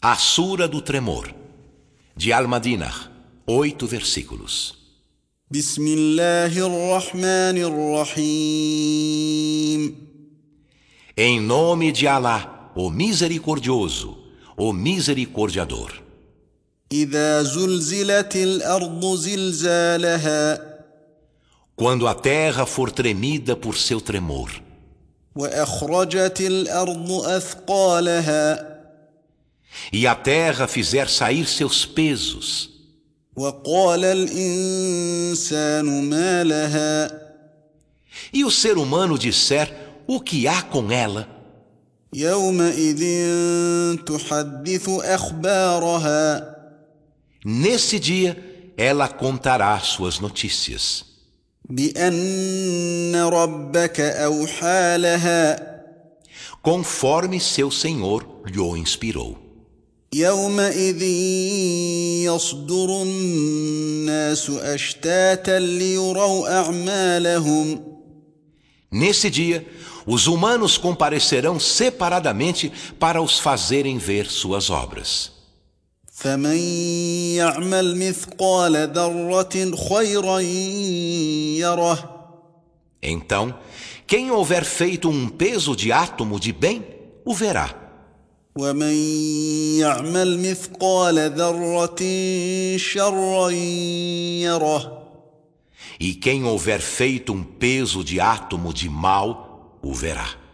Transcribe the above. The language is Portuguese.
A Sura do Tremor, de Al-Madinah, oito versículos. بسم الله الرحمن الرحيم Em nome de Alá, o Misericordioso, o Misericordiador. إذا زلزلت الأرض زلزالها Quando a terra for tremida por seu tremor, وأخرجت الأرض أثقالها e a terra fizer sair seus pesos, وقال الإنسان ما لها e o ser humano disser o que há com ela, يومئذ تحدث أخبارها nesse dia ela contará suas notícias. بأن ربك أوحى لها conforme seu Senhor lhe o inspirou. يومئذ يصدر الناس أشتاتا ليروا أعمالهم Nesse dia, os humanos comparecerão separadamente para os fazerem ver suas obras. فمن يعمل مثقال ذرة خيرا يره Então, quem houver feito um peso de átomo de bem, o verá. ومن يعمل مثقال ذرة شرا يره E quem houver feito um peso de átomo de mal, o verá.